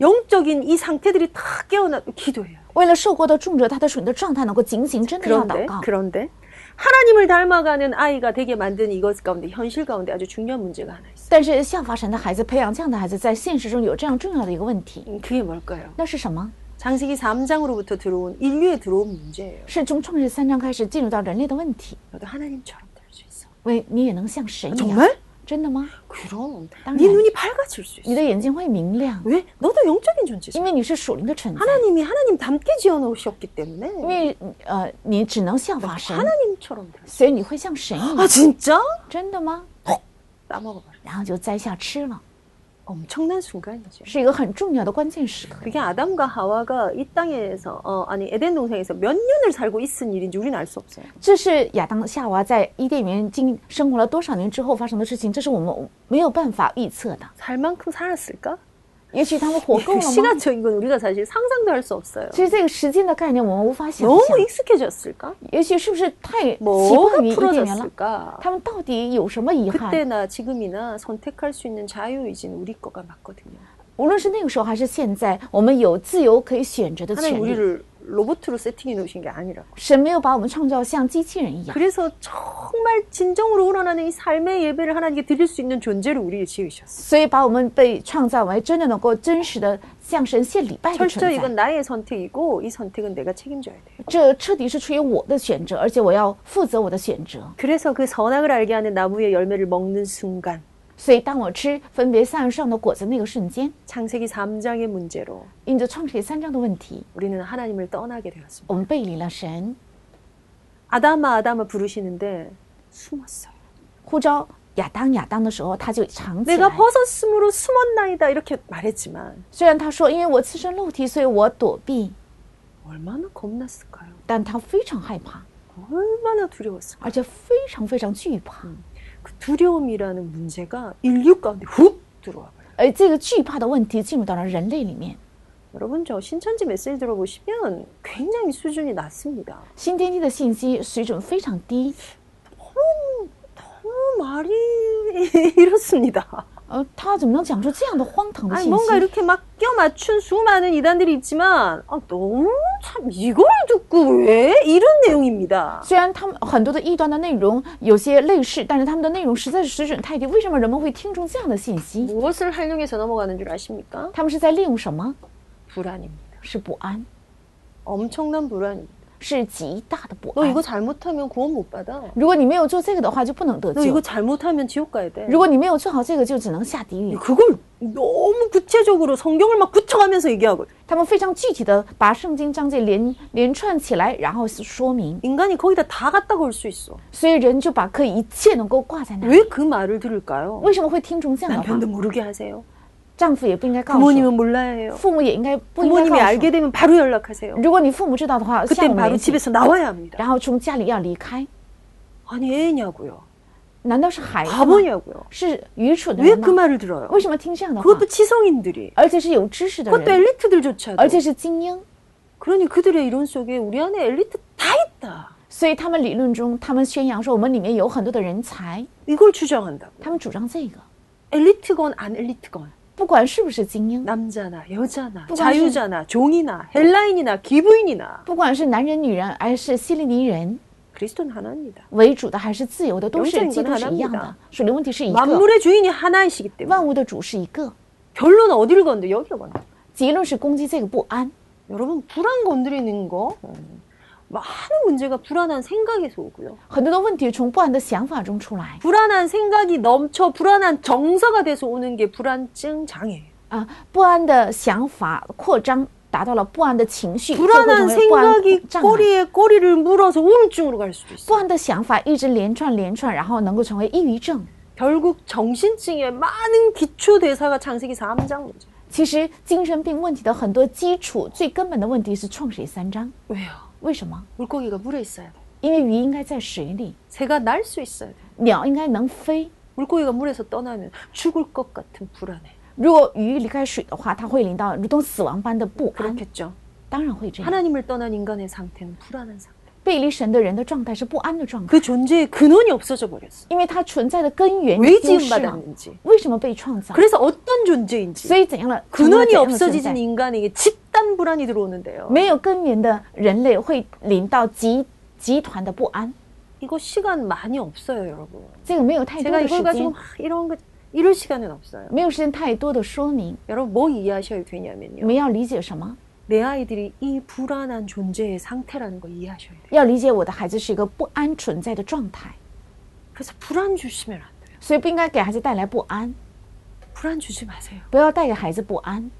Speaker 1: 영적인 이 상태들이 다 깨어나 기도해요.
Speaker 2: 为了受过的重责，他的属灵的状态能够警醒，真的要
Speaker 1: 그런데
Speaker 2: 祷告。
Speaker 1: 그런데 하나님을 닮아가는 아이가 되게 만든 이것 가운데 현실 가운데 아주 중요한 문제가 하나 있어요.
Speaker 2: 但是效法神的孩子，培养这样的孩子，在现实中有这样重要的一个问题，
Speaker 1: 음, 그게 뭘까요?
Speaker 2: 那是什么？
Speaker 1: 장세기 3장으로부터 들어온 인류에 들어온 문제예요.
Speaker 2: 是从创世三章开始进入到人类的问题。
Speaker 1: 너도 하나님처럼 될 수 있어.
Speaker 2: 喂，你也能像神一样？
Speaker 1: 정말?
Speaker 2: 真的吗？
Speaker 1: 그럼
Speaker 2: 당연.
Speaker 1: 네 눈이 밝아질 수 있어.
Speaker 2: 你的眼睛会明亮，
Speaker 1: 왜? 너도 영적인 존재잖아.
Speaker 2: 因为你是属灵的存在。
Speaker 1: 하나님이 하나님 닮게 지어 놓으셨기
Speaker 2: 因
Speaker 1: 때문에
Speaker 2: 为呃，你只能效法神，
Speaker 1: 하나님처럼 될 수.
Speaker 2: 所以你会像神一
Speaker 1: 아
Speaker 2: 样。
Speaker 1: 진짜?
Speaker 2: 真的吗？
Speaker 1: 따먹어버려.
Speaker 2: 然后就摘下吃了，
Speaker 1: 엄청난 순간이죠.
Speaker 2: 是一个很重要的关键时刻。
Speaker 1: 그게 아담과 하와가 이 땅에서 어, 아니 에덴 동산에서 몇 년을 살고 있은 일인지 우리는 알 수 없어요.
Speaker 2: 这是亚当夏娃在伊甸园经生活了多少年之后发生的事情，这是我们没有办法预测的。
Speaker 1: 살 만큼 살았을까?
Speaker 2: 也许他们活够
Speaker 1: 그
Speaker 2: 了吗？
Speaker 1: 시간적인 건 우리가 사실 상상도 할 수 없어요.
Speaker 2: 其实这个时间的概念我们无法想
Speaker 1: 너무
Speaker 2: 象，
Speaker 1: 익숙해졌을까?
Speaker 2: 也许是不是太习惯
Speaker 1: 뭐가
Speaker 2: 于伊甸园了？
Speaker 1: 풀어졌을까?
Speaker 2: 他们到底有什么遗憾？
Speaker 1: 그때나 지금이나 선택할 수 있는 자유의지는 우리 거가 맞거든요.
Speaker 2: 无论是那个时候还是现在，我们有自由可以选择的
Speaker 1: 하나님
Speaker 2: 权利。
Speaker 1: 우리를 로봇으로 세팅해 놓으신 게 아니라고.
Speaker 2: 神没有把我们创造像机器人一样，
Speaker 1: 그래서 정말 진정으로 우러나는 이 삶의 예배를 하나님께 드릴 수 있는 존재로 우리를 지으셨어요.
Speaker 2: 所以把我们被创造为真的能够真实的向神献礼拜的
Speaker 1: 철저히 이건 。
Speaker 2: 存在
Speaker 1: 나의 선택이고 이 선택은 내가 책임져야 돼요.
Speaker 2: 这彻底是出于我的选择，而且我要负责我的选择。
Speaker 1: 그래서 그 선악을 알게 하는 나무의 열매를 먹는 순간
Speaker 2: 所以当我吃分别善恶上的果子那个瞬间，
Speaker 1: 창세기 3장의 문제로
Speaker 2: 因着创世记三章的问题，
Speaker 1: 우리는 하나님을 떠나게 되었습니다.
Speaker 2: 我们背离了神，
Speaker 1: 아담아 아담아 부르시는데 숨었어요.
Speaker 2: 呼召亚当亚当的时候，他就藏起
Speaker 1: 내가
Speaker 2: 来。
Speaker 1: 벗었으므로 숨었나이다 이렇게 말했지만
Speaker 2: 虽然他说因为我自身肉体，所以我躲避，
Speaker 1: 얼마나 겁났을까요?
Speaker 2: 但他非常害怕，
Speaker 1: 얼마나 두려웠을까요?
Speaker 2: 而且非常非常惧怕。
Speaker 1: 그 두려움이라는 문제가 인류 가운데 훅 들어와 버려요.
Speaker 2: 而这个惧怕的问题进入到了人类里面。
Speaker 1: 여러분 저 신천지 메시지 들어보시면 굉장히 수준이 낮습니다.
Speaker 2: 新天地的信息水准非常低，
Speaker 1: 너무 말이 [LAUGHS] 이렇습니다.
Speaker 2: 呃，他怎么能讲出这样的荒唐的
Speaker 1: 아니
Speaker 2: 信
Speaker 1: 뭔가
Speaker 2: 息？
Speaker 1: 이렇게 막 껴맞춘 수많은 이단들이 있지만 아, 너무 참 이걸 듣고 왜 이런 내용입니다.
Speaker 2: 虽然他们很多的异端的内容有些类似，但是他们的内容实在是水准太低。为什么人们会听中这样的信息？
Speaker 1: 무엇을 활용해서 넘어가는 줄 아십니까?
Speaker 2: 他们是在利用什么？
Speaker 1: 불안입니다.
Speaker 2: 是不安，
Speaker 1: 엄청난 불안입니다.
Speaker 2: 是极大的不
Speaker 1: 너
Speaker 2: 安
Speaker 1: 이거 。 잘못하면 구원 못 받아.
Speaker 2: 如果你没有做这个的话，就不能得
Speaker 1: 너 이거
Speaker 2: 救。
Speaker 1: 잘못하면 지옥 가야 돼.
Speaker 2: 如果你没有做好这个，就只能下地狱。
Speaker 1: 그걸 너무 구체적으로 성경을 막 굳혀가면서 얘기하거든.
Speaker 2: 他们非常具体的把圣经章节连连串起来，然后说明，
Speaker 1: 인간이 거기다 다 갖다 걸 수 있어.
Speaker 2: 所以人就把可以一切能够挂在那里。
Speaker 1: 왜 그 말을 들을까요?
Speaker 2: 为什么会听从这样的话
Speaker 1: 남편도 ？ 모르게 하세요.
Speaker 2: 丈夫也不应该告诉我，
Speaker 1: 부모님은 몰라야 해요.
Speaker 2: 父母也应该不应
Speaker 1: 뭐
Speaker 2: 该
Speaker 1: 부모님이
Speaker 2: 告诉
Speaker 1: 알게 되면 바로 연락하세요.
Speaker 2: 我。如果你父母知道的话，
Speaker 1: 그땐
Speaker 2: 向我们
Speaker 1: 바로
Speaker 2: 联系，
Speaker 1: 집에서 나와야 합니다.
Speaker 2: 然后从家里要离开。
Speaker 1: 아니 애냐고요.
Speaker 2: 难道是孩子吗？
Speaker 1: 바보냐고요.
Speaker 2: 是愚蠢的
Speaker 1: 왜
Speaker 2: 人
Speaker 1: 네, 그
Speaker 2: 吗？
Speaker 1: 말을 들어요?
Speaker 2: 为什么听这样的话？
Speaker 1: 그것도 지성인들이.
Speaker 2: 而且是有知识的
Speaker 1: 그것도
Speaker 2: 人，
Speaker 1: 엘리트들조차도.
Speaker 2: 而且是精英，
Speaker 1: 그러니 그들의 이론 속에 우리 안에 엘리트 다 있다.
Speaker 2: 所以他们理论中，他们宣扬说我们里面有很多的人才，
Speaker 1: 이걸 주장한다고.
Speaker 2: 他们主张这个，
Speaker 1: 엘리트건 안 엘리트건
Speaker 2: 不管是不是精英，
Speaker 1: 남자나 여자나
Speaker 2: 또
Speaker 1: 자유자나 종이나 헬라인이나 기부인이나
Speaker 2: 不管是男人、女人，还是希利尼人
Speaker 1: 그리스도는 하나입니다. 为
Speaker 2: 为主的，还是自由的，都
Speaker 1: 영적인
Speaker 2: 是
Speaker 1: 건
Speaker 2: 基督是一样
Speaker 1: 하나입니다
Speaker 2: 的。属灵问题是一个，
Speaker 1: 만물의 주인이 하나이시기 때문에
Speaker 2: 万物的主是一个。
Speaker 1: 결론은 어디를 건드 여기를 건드.
Speaker 2: 结论是攻击这个不安，
Speaker 1: 여러분 불안 건드리는 거 음, 많은 문제가 불안한 생각에서 오고요.
Speaker 2: 很多的问题从不安的想法中出来
Speaker 1: 불안한 생각이 넘쳐 불안한 정서가 돼서 오는 게 불안증 장애예요.
Speaker 2: 啊，不安的想法扩张达到了不安的情绪，就会
Speaker 1: 불안한
Speaker 2: 成为不安
Speaker 1: 생각이
Speaker 2: 障碍。
Speaker 1: 꼬리에 꼬리를 물어서 우울증으로 갈 수도
Speaker 2: 不
Speaker 1: 있어요.
Speaker 2: 安的想法一直连串连串，然后能够成为抑郁症。
Speaker 1: 결국 정신증의 많은 기초 대사가 창세기 3장 문제.
Speaker 2: 其实精神病问题的很多基础、最根本的问题是创水三章。
Speaker 1: 왜요?
Speaker 2: 为什么？
Speaker 1: 물고기가 물에 있어야 돼.
Speaker 2: 因为鱼应该在水里，
Speaker 1: 새가 날 수 있어야 돼.
Speaker 2: 鸟应该能飞。
Speaker 1: 물고기가 물에서 떠나면 죽을 것 같은 불안해.
Speaker 2: 如果鱼离开水的话，它会淋到如同死亡般的不安，
Speaker 1: 그렇겠죠.
Speaker 2: 当然会这样。
Speaker 1: 하나님을 떠난 인간의 상태는 불안한 상태.
Speaker 2: 背离神的人的状态是不安的状态，
Speaker 1: 그 존재의 근원이 없어져 버렸어.
Speaker 2: 因为它存在的根源
Speaker 1: 왜
Speaker 2: 丢失了。
Speaker 1: 지음받았는지.
Speaker 2: 为什么被创造？
Speaker 1: 그래서 어떤 존재인지.
Speaker 2: 所以怎样了？成了
Speaker 1: 근원이
Speaker 2: 怎样的存
Speaker 1: 없어지진
Speaker 2: 在？
Speaker 1: 인간에게 집단 불안이 들어오는데요.
Speaker 2: 没有根源的人类会领到集集团的不安。
Speaker 1: 이거 시간 많이 없어요, 여러분.
Speaker 2: 这个没有太多
Speaker 1: 제가
Speaker 2: 的
Speaker 1: 이걸
Speaker 2: 时
Speaker 1: 가지고
Speaker 2: 间，
Speaker 1: 막 이런 거 이럴 시간은 없어요.
Speaker 2: 没有时间太多的说明。
Speaker 1: 여러분 뭐 이해하셔야
Speaker 2: 你
Speaker 1: 되냐면요.
Speaker 2: 们要理解什么？
Speaker 1: 내 아이들이 이 불안한 존재의 상태라는 걸 이해하셔야 돼요.
Speaker 2: 要理解我的孩子是一个不安存在的状态，
Speaker 1: 그래서 불안 주시면 안 돼요.
Speaker 2: 所以不应该给孩子带来不安，
Speaker 1: 불안 주지 마세요.
Speaker 2: 不要带给孩子不安。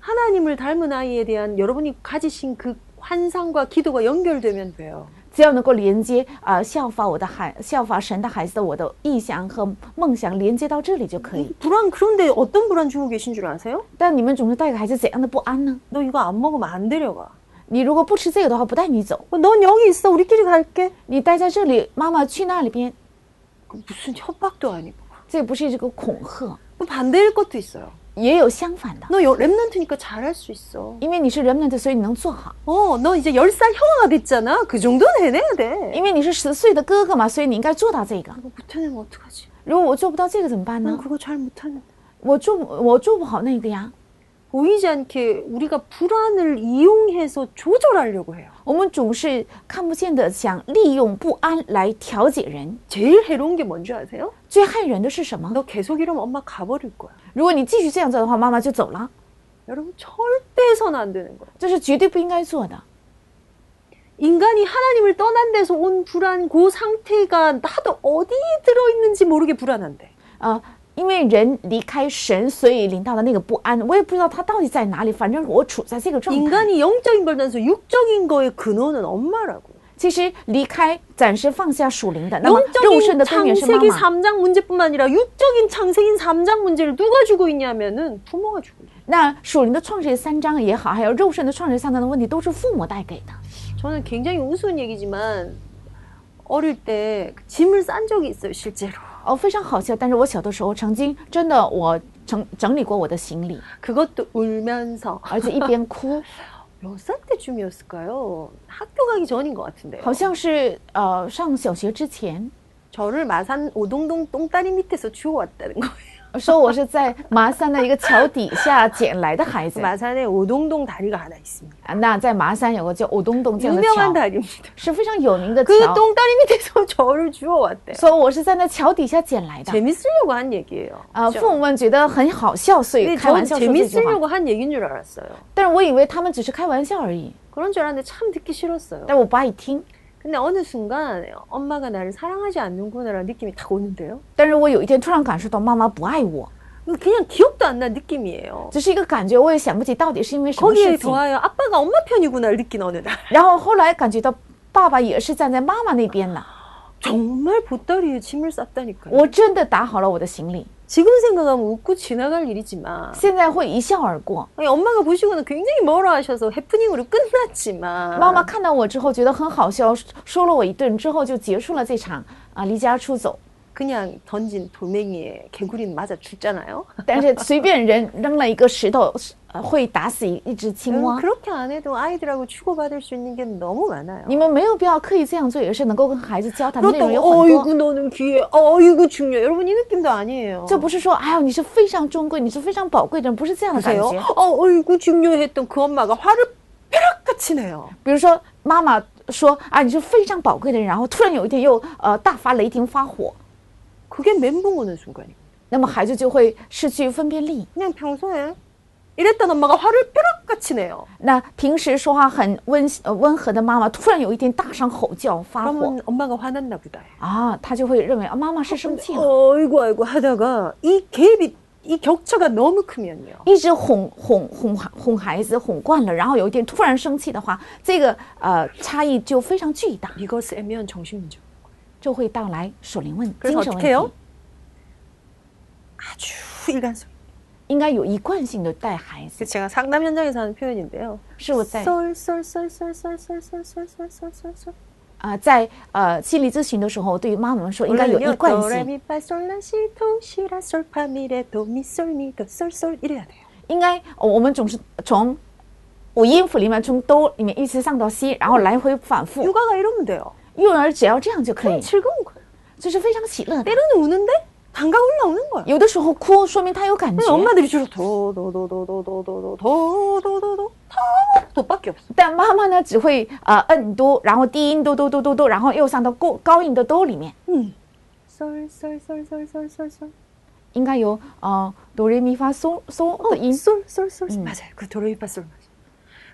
Speaker 1: 하나님을 닮은 아이에 대한 여러분이 가지신 그 환상과 기도가 연결되면 돼요.
Speaker 2: 只要能够连接啊、呃效法我的孩，效法神的孩子的我的意向和梦想连接到这里就可以。
Speaker 1: 불안 그런데 어떤 불안 주고 계신 줄 아세요?
Speaker 2: 但你们总是带给孩子怎样的不安呢？
Speaker 1: 너 이거 안 먹으면 안 데려가.
Speaker 2: 你如果不吃这个的话，不带你走，
Speaker 1: 어, 넌 여기 있어. 우리끼리 갈게.
Speaker 2: 你待在这里，妈妈去那里边，
Speaker 1: 그 무슨 협박도 아니고.
Speaker 2: 这不是这个恐吓，
Speaker 1: 또 반대일 것도 있어요.
Speaker 2: 也有相反的。
Speaker 1: 너 여- 랩런트니까 잘할 수 있어.
Speaker 2: 因为你是人们的，所以你能做好；
Speaker 1: 어, 너 이제 10살 형아가 됐잖아. 그 정도는 해내야 돼.
Speaker 2: 因为你是十岁的哥哥嘛，所以你应该做到这个。
Speaker 1: 이거 못해내면 어떡하지?
Speaker 2: 如果我做不到这个怎么办
Speaker 1: 난
Speaker 2: 呢？
Speaker 1: 그거 잘 못하는데.
Speaker 2: 我做我做不好那个呀。
Speaker 1: 보이지 않게 우리가 불안을 이용해서 조절하려고 해요.
Speaker 2: 我们总是看不见的，想利用不安来调节人。
Speaker 1: 제일 해로운 게 뭔지 아세요?
Speaker 2: 最害人的是什么？
Speaker 1: 너 계속 이러면 엄마 가버릴 거야.
Speaker 2: 如果你继续这样做的话，妈妈就走了，
Speaker 1: 여러분 절대 해서는 안 되는 거예요.
Speaker 2: 这是绝对不应该做的。
Speaker 1: 인간이 하나님을 떠난 데서 온 불안 그 상태가 나도 어디 들어있는지 모르게 불안한데
Speaker 2: 呃，因为人离开神，所以领到的那个不安，我也不知道他到底在哪里。反正我处在这个状态。
Speaker 1: 인간이 영적인 걸 단서 육적인 거의 근원은 엄마라고
Speaker 2: 其实离开，暂时放下属灵的，那么肉
Speaker 1: 영적인
Speaker 2: 身的根源是妈
Speaker 1: 창세기
Speaker 2: 妈。
Speaker 1: 3장 문제뿐만 아니라 육적인 창세기 3장 문제를 누가 주고 있냐면은 부모가 주고 있어요
Speaker 2: 那属灵的创世三章也好，还有肉身的创世三章的问题，都是父母带给的。
Speaker 1: 저는 굉장히 우스운 얘기지만 어릴 때그 짐을 싼 적이 있어요 실제로
Speaker 2: 哦，非常好笑。但是我小的时候曾经真的我整整理过我的行李，
Speaker 1: 그것도 울면서
Speaker 2: 而且一边哭，
Speaker 1: 몇 살 때쯤이었을까요? 학교 가기 전인 것 같은데요
Speaker 2: 好像是呃上小学之前，
Speaker 1: 저를 마산 오동동 똥다리 밑에서 주워왔다는 거예요.
Speaker 2: 说我是在麻山的一个桥底下捡来的孩 [LAUGHS] 子。
Speaker 1: 마산에 오동동 다리가 하나 있습니다.
Speaker 2: 啊那在麻山有个叫偶东东这样的
Speaker 1: 유명한
Speaker 2: 桥，
Speaker 1: 다리입니다.
Speaker 2: 是非常有名的
Speaker 1: 그
Speaker 2: 桥，
Speaker 1: 똥다리 밑에서 [LAUGHS] 저를 주워왔대요.
Speaker 2: 所以我是在那桥底下捡来的。
Speaker 1: 재밌으려고 한 얘기예요.
Speaker 2: 啊，父母们觉得很好笑，所以
Speaker 1: 근데
Speaker 2: 开玩
Speaker 1: 전
Speaker 2: 笑说这句话。
Speaker 1: 재밌으려고 한 얘기인 줄 알았어요.
Speaker 2: 但是我以为他们只是开玩笑而已，
Speaker 1: 그런 줄 알았는데 참 듣기 싫었어요.
Speaker 2: 但我不爱听。
Speaker 1: 근데 어느 순간 엄마가 나를 사랑하지 않는구나라는 느낌이 딱 오는데요.
Speaker 2: 但是我有一天突然感受到妈妈不爱我，
Speaker 1: 그냥 기억도 안 난 느낌이에요.
Speaker 2: 只是一个感觉，我也想不起到底是因为什么事
Speaker 1: 거기에
Speaker 2: 情。
Speaker 1: 더하여 아빠가 엄마 편이구나를 느낀 어느 날 [LAUGHS]
Speaker 2: 然后后来感觉到爸爸也是站在妈妈那边的，
Speaker 1: 정말 보따리에 짐을 쌌다니까요.
Speaker 2: 我真的打好了我的行李，
Speaker 1: 지금 생각하면 웃고 지나갈 일이지만
Speaker 2: 现在会一笑而过。
Speaker 1: 아니, 엄마가 보시고는 굉장히 멀어 하셔서 해프닝으로 끝났지만
Speaker 2: 妈妈看到我之后觉得很好笑，说说了我一顿之后就结束了这场啊离家出走。
Speaker 1: 그냥 던진 돌멩이에 개구리는 맞아 죽잖아요.
Speaker 2: 但是随便人扔了一个石头，呃会打死一一只青
Speaker 1: 음,
Speaker 2: 蛙。
Speaker 1: 그렇게 안 해도 아이들하고 주고받을 수 있는 게 너무 많아요.
Speaker 2: 你们没有必要刻意这样做，也是能够跟孩子交谈的内容有
Speaker 1: 그렇다고
Speaker 2: 很多。
Speaker 1: 어이구 너는 귀해, 어이구 중요. 여러분 이 느낌도 아니에요.
Speaker 2: 这不是说，哎呦，你是非常尊贵，你是非常宝贵的人，不是这样的感
Speaker 1: 보세요.
Speaker 2: 觉。
Speaker 1: 어, 어이구 중요했던 그 엄마가 화를 벼락같이 내요.
Speaker 2: 比如说，妈妈说啊，你是非常宝贵的人，然后突然有一天又呃大发雷霆发火，
Speaker 1: 그게 멘붕 오는 순간이에요.
Speaker 2: 那么孩子就会失去分辨力。
Speaker 1: 그냥 평소에 이랬던 엄마가 화를 벼락같이 내요.
Speaker 2: 那平时说话很温呃温和的妈妈，突然有一天大声吼叫发火
Speaker 1: 그러면 엄마가 화났나 보다.
Speaker 2: 啊，他就会认为啊妈妈是生气
Speaker 1: 哦
Speaker 2: 了，
Speaker 1: 어이구 아이고 하다가 이 갭이 이 격차가 너무 크면요.
Speaker 2: 一直哄哄哄哄孩子哄惯了，然后有一天突然生气的话，这个呃差异就非常巨大，
Speaker 1: 이거 세면 정신 문제.
Speaker 2: 就会带来属灵问
Speaker 1: 그래서
Speaker 2: 精神
Speaker 1: 어떻게
Speaker 2: 问题
Speaker 1: 해요? 。 아주 일관성.
Speaker 2: 应该有一贯性的带孩子，
Speaker 1: 제가 상담 현장에서 하는 표현인데요.
Speaker 2: 是我在
Speaker 1: 쏠쏠쏠쏠쏠쏠쏠쏠쏠쏠쏠.
Speaker 2: 啊、在呃心理咨询的时候，对于妈妈们说应该有一贯性，呃
Speaker 1: 도레미파솔라시도시라솔파미레도미솔미도솔솔 이래야 돼요.
Speaker 2: 应该、哦我们总是从我音符里面从哆里面一直上到西，然后来回反复。
Speaker 1: 육아가 이러면 돼요.
Speaker 2: 幼儿只要这样就可以，
Speaker 1: 즐거운 거예요.
Speaker 2: 这是非常喜乐的。
Speaker 1: 때로는 우는데 감각 올라오는 거야.
Speaker 2: 有的时候哭，说明他有感
Speaker 1: 근데
Speaker 2: 觉。
Speaker 1: 엄마들이 주로 도도도도도도도도도도도도도 도밖에 없어.
Speaker 2: 但妈妈呢，只会呃摁哆，然后低音哆哆哆哆哆，然后又上到高高音的哆里面，
Speaker 1: 음. 쏠쏠쏠쏠쏠쏠쏠.
Speaker 2: 应该有呃哆来咪发嗦嗦的音。
Speaker 1: 哦 쏠쏠쏠. 맞아요. 그 도레미파 솔 맞아요.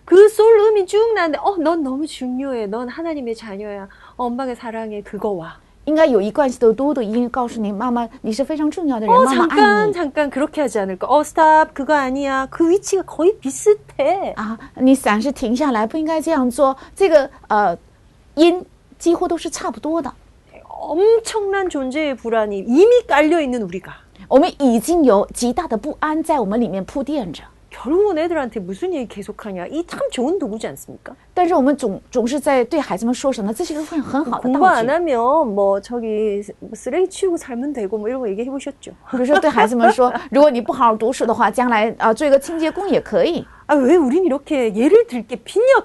Speaker 1: 그 솔음이 쭉 나는데 어 넌 너무 중요해. 넌 하나님의 자녀야. 엄마가 사랑해. 그거 와.
Speaker 2: 应该有一贯性的哆的音，告诉你妈妈你是非常重要的人，啊
Speaker 1: 어
Speaker 2: 妈妈爱
Speaker 1: 잠깐
Speaker 2: 你
Speaker 1: 잠깐 그렇게 하지 않을까. 어 스탑 그거 아니야. 그 위치가 거의 비슷해.
Speaker 2: 啊，你暂时停下来，不应该这样做。这个呃音几乎都是差不多的。
Speaker 1: 엄청난 존재의 불안이 이미 깔려 있는 우리가
Speaker 2: 我们已经有极大的不安在我们里面铺垫着，
Speaker 1: 결국은 애들한테 무슨 얘기 계속하냐 이 참 좋은 도구지 않습니까?
Speaker 2: 但是我们总总是在对孩子们说什么，这是一个很很好的
Speaker 1: 공부
Speaker 2: 道
Speaker 1: 안
Speaker 2: 具。
Speaker 1: 하면 뭐 저기 뭐 쓰레기 치우고 살면 되고 뭐 이런 거 얘기해 보셨죠?
Speaker 2: 比如说对孩子们说， [LAUGHS] 如果你不好好读书的话，将来啊、呃做一个清洁工也可以。
Speaker 1: 아왜 우린 이렇게 예를 들게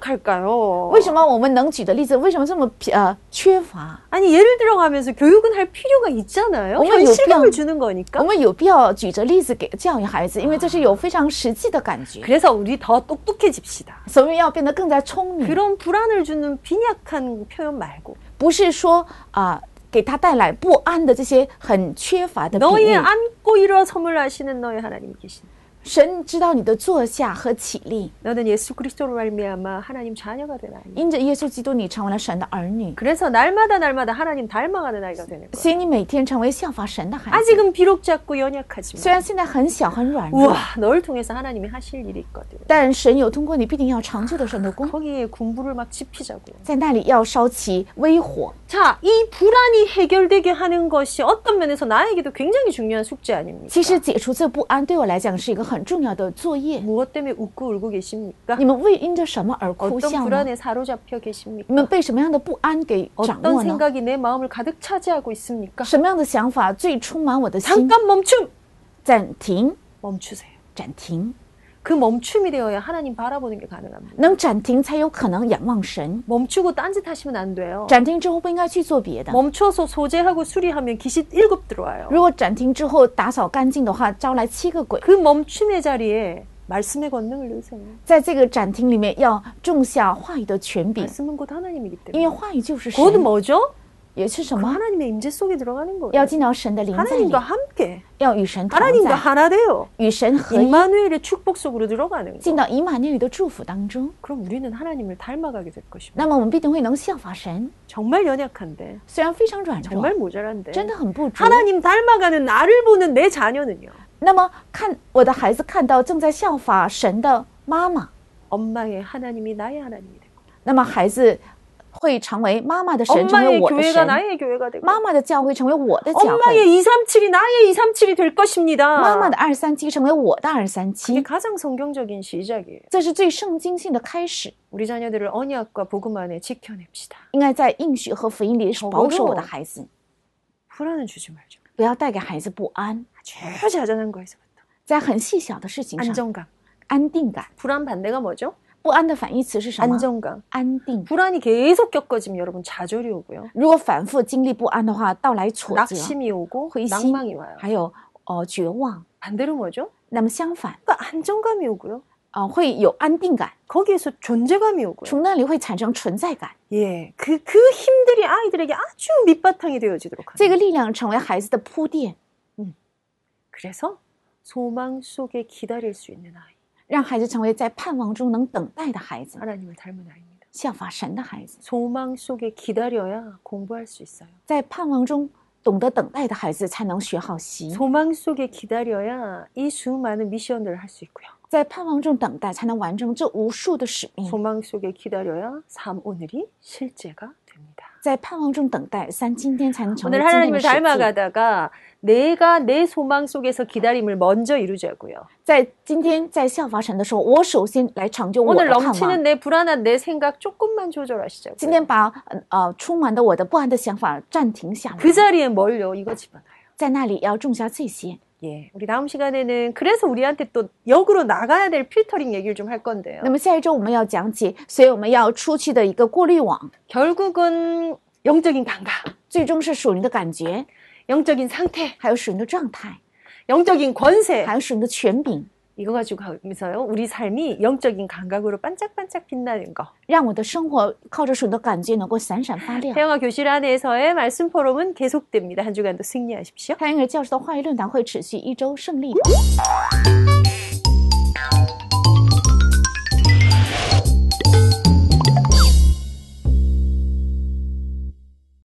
Speaker 1: 빈약할까요?
Speaker 2: 为什么我们能举的例子为什么这么呃缺乏？
Speaker 1: 아니 예를 들어가면서 교육은 할 필요가 있잖아요.
Speaker 2: 어머,
Speaker 1: 현실감을
Speaker 2: 욕병.
Speaker 1: 주는
Speaker 2: 我
Speaker 1: 거니까.
Speaker 2: 们有必要举着例子给教育孩子，因为这是有非常实际的感觉，
Speaker 1: 그래서 우리 더 똑똑해집시다.
Speaker 2: 所以要变得更加聪明，
Speaker 1: 그런 불안을 주는 빈약한 표현 말고
Speaker 2: 不是说啊、给他带来不安的这些很缺乏的比
Speaker 1: 너희
Speaker 2: 喻。
Speaker 1: 안고 일어 선물하시는 너희 하나님이 계신
Speaker 2: 神知道你的坐下和起立，
Speaker 1: 너는 예수 그리스도로 말미암아 하나님 자녀가 되나니
Speaker 2: 因着耶稣基督，你成为了神的儿女，
Speaker 1: 그래서 날마다 날마다 하나님 닮아가는 아이가 되는 거야
Speaker 2: 所以你每天成为效法神的孩子。
Speaker 1: 아직은 비록 작고 연약하지만
Speaker 2: 虽然现在很小很软弱，
Speaker 1: 우와 널 통해서 하나님이 하실 일이 있거든
Speaker 2: 但神有通过你必定要长久的神的工，
Speaker 1: 거기에 군부를 막 지피자고요
Speaker 2: 在那里要烧起微火。
Speaker 1: 자이 불안이 해결되게 하는 것이 어떤 면에서 나에게도 굉장히 중요한 숙제 아닙니까
Speaker 2: 其实解除这不安对我来讲是一个很重要的作业。
Speaker 1: 무엇 때문에 웃고 울고 계십니까
Speaker 2: 你们为因着什么而哭
Speaker 1: 어떤
Speaker 2: 笑呢？
Speaker 1: 불안에 사로잡혀
Speaker 2: 你们
Speaker 1: 계십니까
Speaker 2: 被什么样的不安给掌
Speaker 1: 어떤
Speaker 2: 握呢？
Speaker 1: 생각이 내 마음을 가득 차지하고 있습니까
Speaker 2: 什么样的想法最充满我的心？
Speaker 1: 잠깐 멈춤
Speaker 2: 暂停，
Speaker 1: 멈추세요
Speaker 2: 暂停，
Speaker 1: 그 멈춤이 되어야 하나님 바라보는 게 가능합니다
Speaker 2: 能暂停才有可能仰望神。
Speaker 1: 멈추고 딴짓 하시면 안 돼요.
Speaker 2: 暂停之后不应该去做别的。
Speaker 1: 멈춰서 소재하고 수리하면 귀신 일곱 들어와요.
Speaker 2: 如果暂停之后打扫干净的话，招来七个鬼。
Speaker 1: 그 멈춤의 자리에 말씀의 권능을 넣으세요.
Speaker 2: 在这个暂停里面要种下话语的权柄，
Speaker 1: 말씀은 곧 하나님이기
Speaker 2: 因
Speaker 1: 때문에.
Speaker 2: 为话语就是神，
Speaker 1: 곧은 뭐죠?
Speaker 2: 也是什
Speaker 1: 그
Speaker 2: 么？
Speaker 1: 하나님의 임재 속에 들어가는
Speaker 2: 要
Speaker 1: 거예요.
Speaker 2: 进到神的灵在里
Speaker 1: 하나님과 ， 함께
Speaker 2: 要与神同
Speaker 1: 하나님과
Speaker 2: 在，
Speaker 1: 하나 돼요.
Speaker 2: 与神合
Speaker 1: 嗯
Speaker 2: 一，
Speaker 1: 임마누엘의 축복 속으로 들어가는
Speaker 2: 进
Speaker 1: 거.
Speaker 2: 到以马内利的祝福当中。
Speaker 1: 그럼 우리는 하나님을 닮아가게 될 것입니다.
Speaker 2: 那么我们必定会能效法神，
Speaker 1: 정말 연약한데,
Speaker 2: 虽然非常软弱，
Speaker 1: 정말 모자란데.
Speaker 2: 真的很不足。
Speaker 1: 하나님 닮아가는 나를 보는 내 자녀는요.
Speaker 2: 那么看我的孩子看到正在效法神的妈妈，
Speaker 1: 엄마의 하나님이 나의 하나님이 되고,
Speaker 2: 那么孩子会成为妈妈的神，成
Speaker 1: 엄마의
Speaker 2: 为我的
Speaker 1: 교회가
Speaker 2: 神。
Speaker 1: 나의 교회가 되고,
Speaker 2: 妈妈的教会成为我的教会，
Speaker 1: 엄마의 237이 나의 237이 될 것입니다.
Speaker 2: 妈妈的二三七成为我的二三
Speaker 1: 이게
Speaker 2: 七，
Speaker 1: 가장 성경적인 시작이에요.
Speaker 2: 这是最圣经性的开始。
Speaker 1: 우리 자녀들을 언약과 복음 안에 지켜냅시다.
Speaker 2: 应该在应许和福音里保守我的孩子，
Speaker 1: 불안은 주지 말죠.
Speaker 2: 不要带给孩子不安，
Speaker 1: 아주 자잘한 거에서부터
Speaker 2: 在很细小的事情上
Speaker 1: 안정감.
Speaker 2: 安定感。
Speaker 1: 불안 반대가 뭐죠?
Speaker 2: 不安的反义词是什么？
Speaker 1: 안정감.
Speaker 2: 安定。
Speaker 1: 불안이 계속 겪어지면 여러분 좌절이 오고요.
Speaker 2: 如果反复经历不安的话，到来挫折，
Speaker 1: 낙심이 아. 오고
Speaker 2: 회심,
Speaker 1: 그 낭망이 와요.
Speaker 2: 还有呃绝望。
Speaker 1: 반대로 뭐죠?
Speaker 2: 那么相反，
Speaker 1: 그러니까 안정감이 오고요.
Speaker 2: 啊、会有安定感，
Speaker 1: 거기에서 존재감이 오고요.
Speaker 2: 从那里会产生存在感。
Speaker 1: 예, 그 그 힘들이 아이들에게 아주 밑바탕이 되어지도록 합니다.
Speaker 2: 这个力量成为孩子的铺垫，
Speaker 1: 그래서 소망 속에 기다릴 수 있는 아이,
Speaker 2: 让孩子成为在盼望中能等待的孩子，
Speaker 1: 하나님을 닮은 아이입니다.
Speaker 2: 效法神的孩子，
Speaker 1: 소망 속에 기다려야 공부할 수 있어요.
Speaker 2: 在盼望中懂得等待的孩子才能学好习，
Speaker 1: 소망 속에 기다려야 이 수많은 미션들을 할 수 있고요.
Speaker 2: 在盼望中等待才能完成这无数的使命，
Speaker 1: 소망 속에 기다려야 삶 오늘이 실제가 됩니다.
Speaker 2: 在盼望中等待三今天才能成为
Speaker 1: 오늘
Speaker 2: 今天的
Speaker 1: 하나님을
Speaker 2: 实际。
Speaker 1: 닮아가다가 내가 내 소망 속에서 기다림을 먼저 이루자고요.
Speaker 2: 在今天在效法神的时候，我首先来成就我
Speaker 1: 오늘
Speaker 2: 的盼望
Speaker 1: 넘치는 。내 불안한 내 생각 조금만
Speaker 2: 今天
Speaker 1: 조절하시자고요.
Speaker 2: 把呃呃充满的我的不安的想法暂停下来，
Speaker 1: 그 자리에 뭘요? 이거 집어넣어요.
Speaker 2: 在那里要种下这些，
Speaker 1: 예, 우리 다음 시간에는 그래서 우리한테 또 역으로 나가야 될 필터링 얘기를 좀 할 건데요.
Speaker 2: 那么下一周我们要讲解，所以我们要出去的一个过滤网，
Speaker 1: 결국은 영적인 감각,
Speaker 2: 最终是属灵的感觉，
Speaker 1: 영적인 상태,
Speaker 2: 还有属灵的状态，
Speaker 1: 영적인 권세
Speaker 2: 还有属灵的权柄，
Speaker 1: 이거 가지고 가면서요. 우리 삶이 영적인 감각으로 반짝반짝 빛나는 거.
Speaker 2: 让我的生活靠着属灵的感觉能够闪闪发亮。
Speaker 1: 태영아 교실 안에서의 말씀 포럼은 계속됩니다. 한 주간도 승리하십시오.
Speaker 2: 太阳儿教师的话语论坛会持续一周胜利。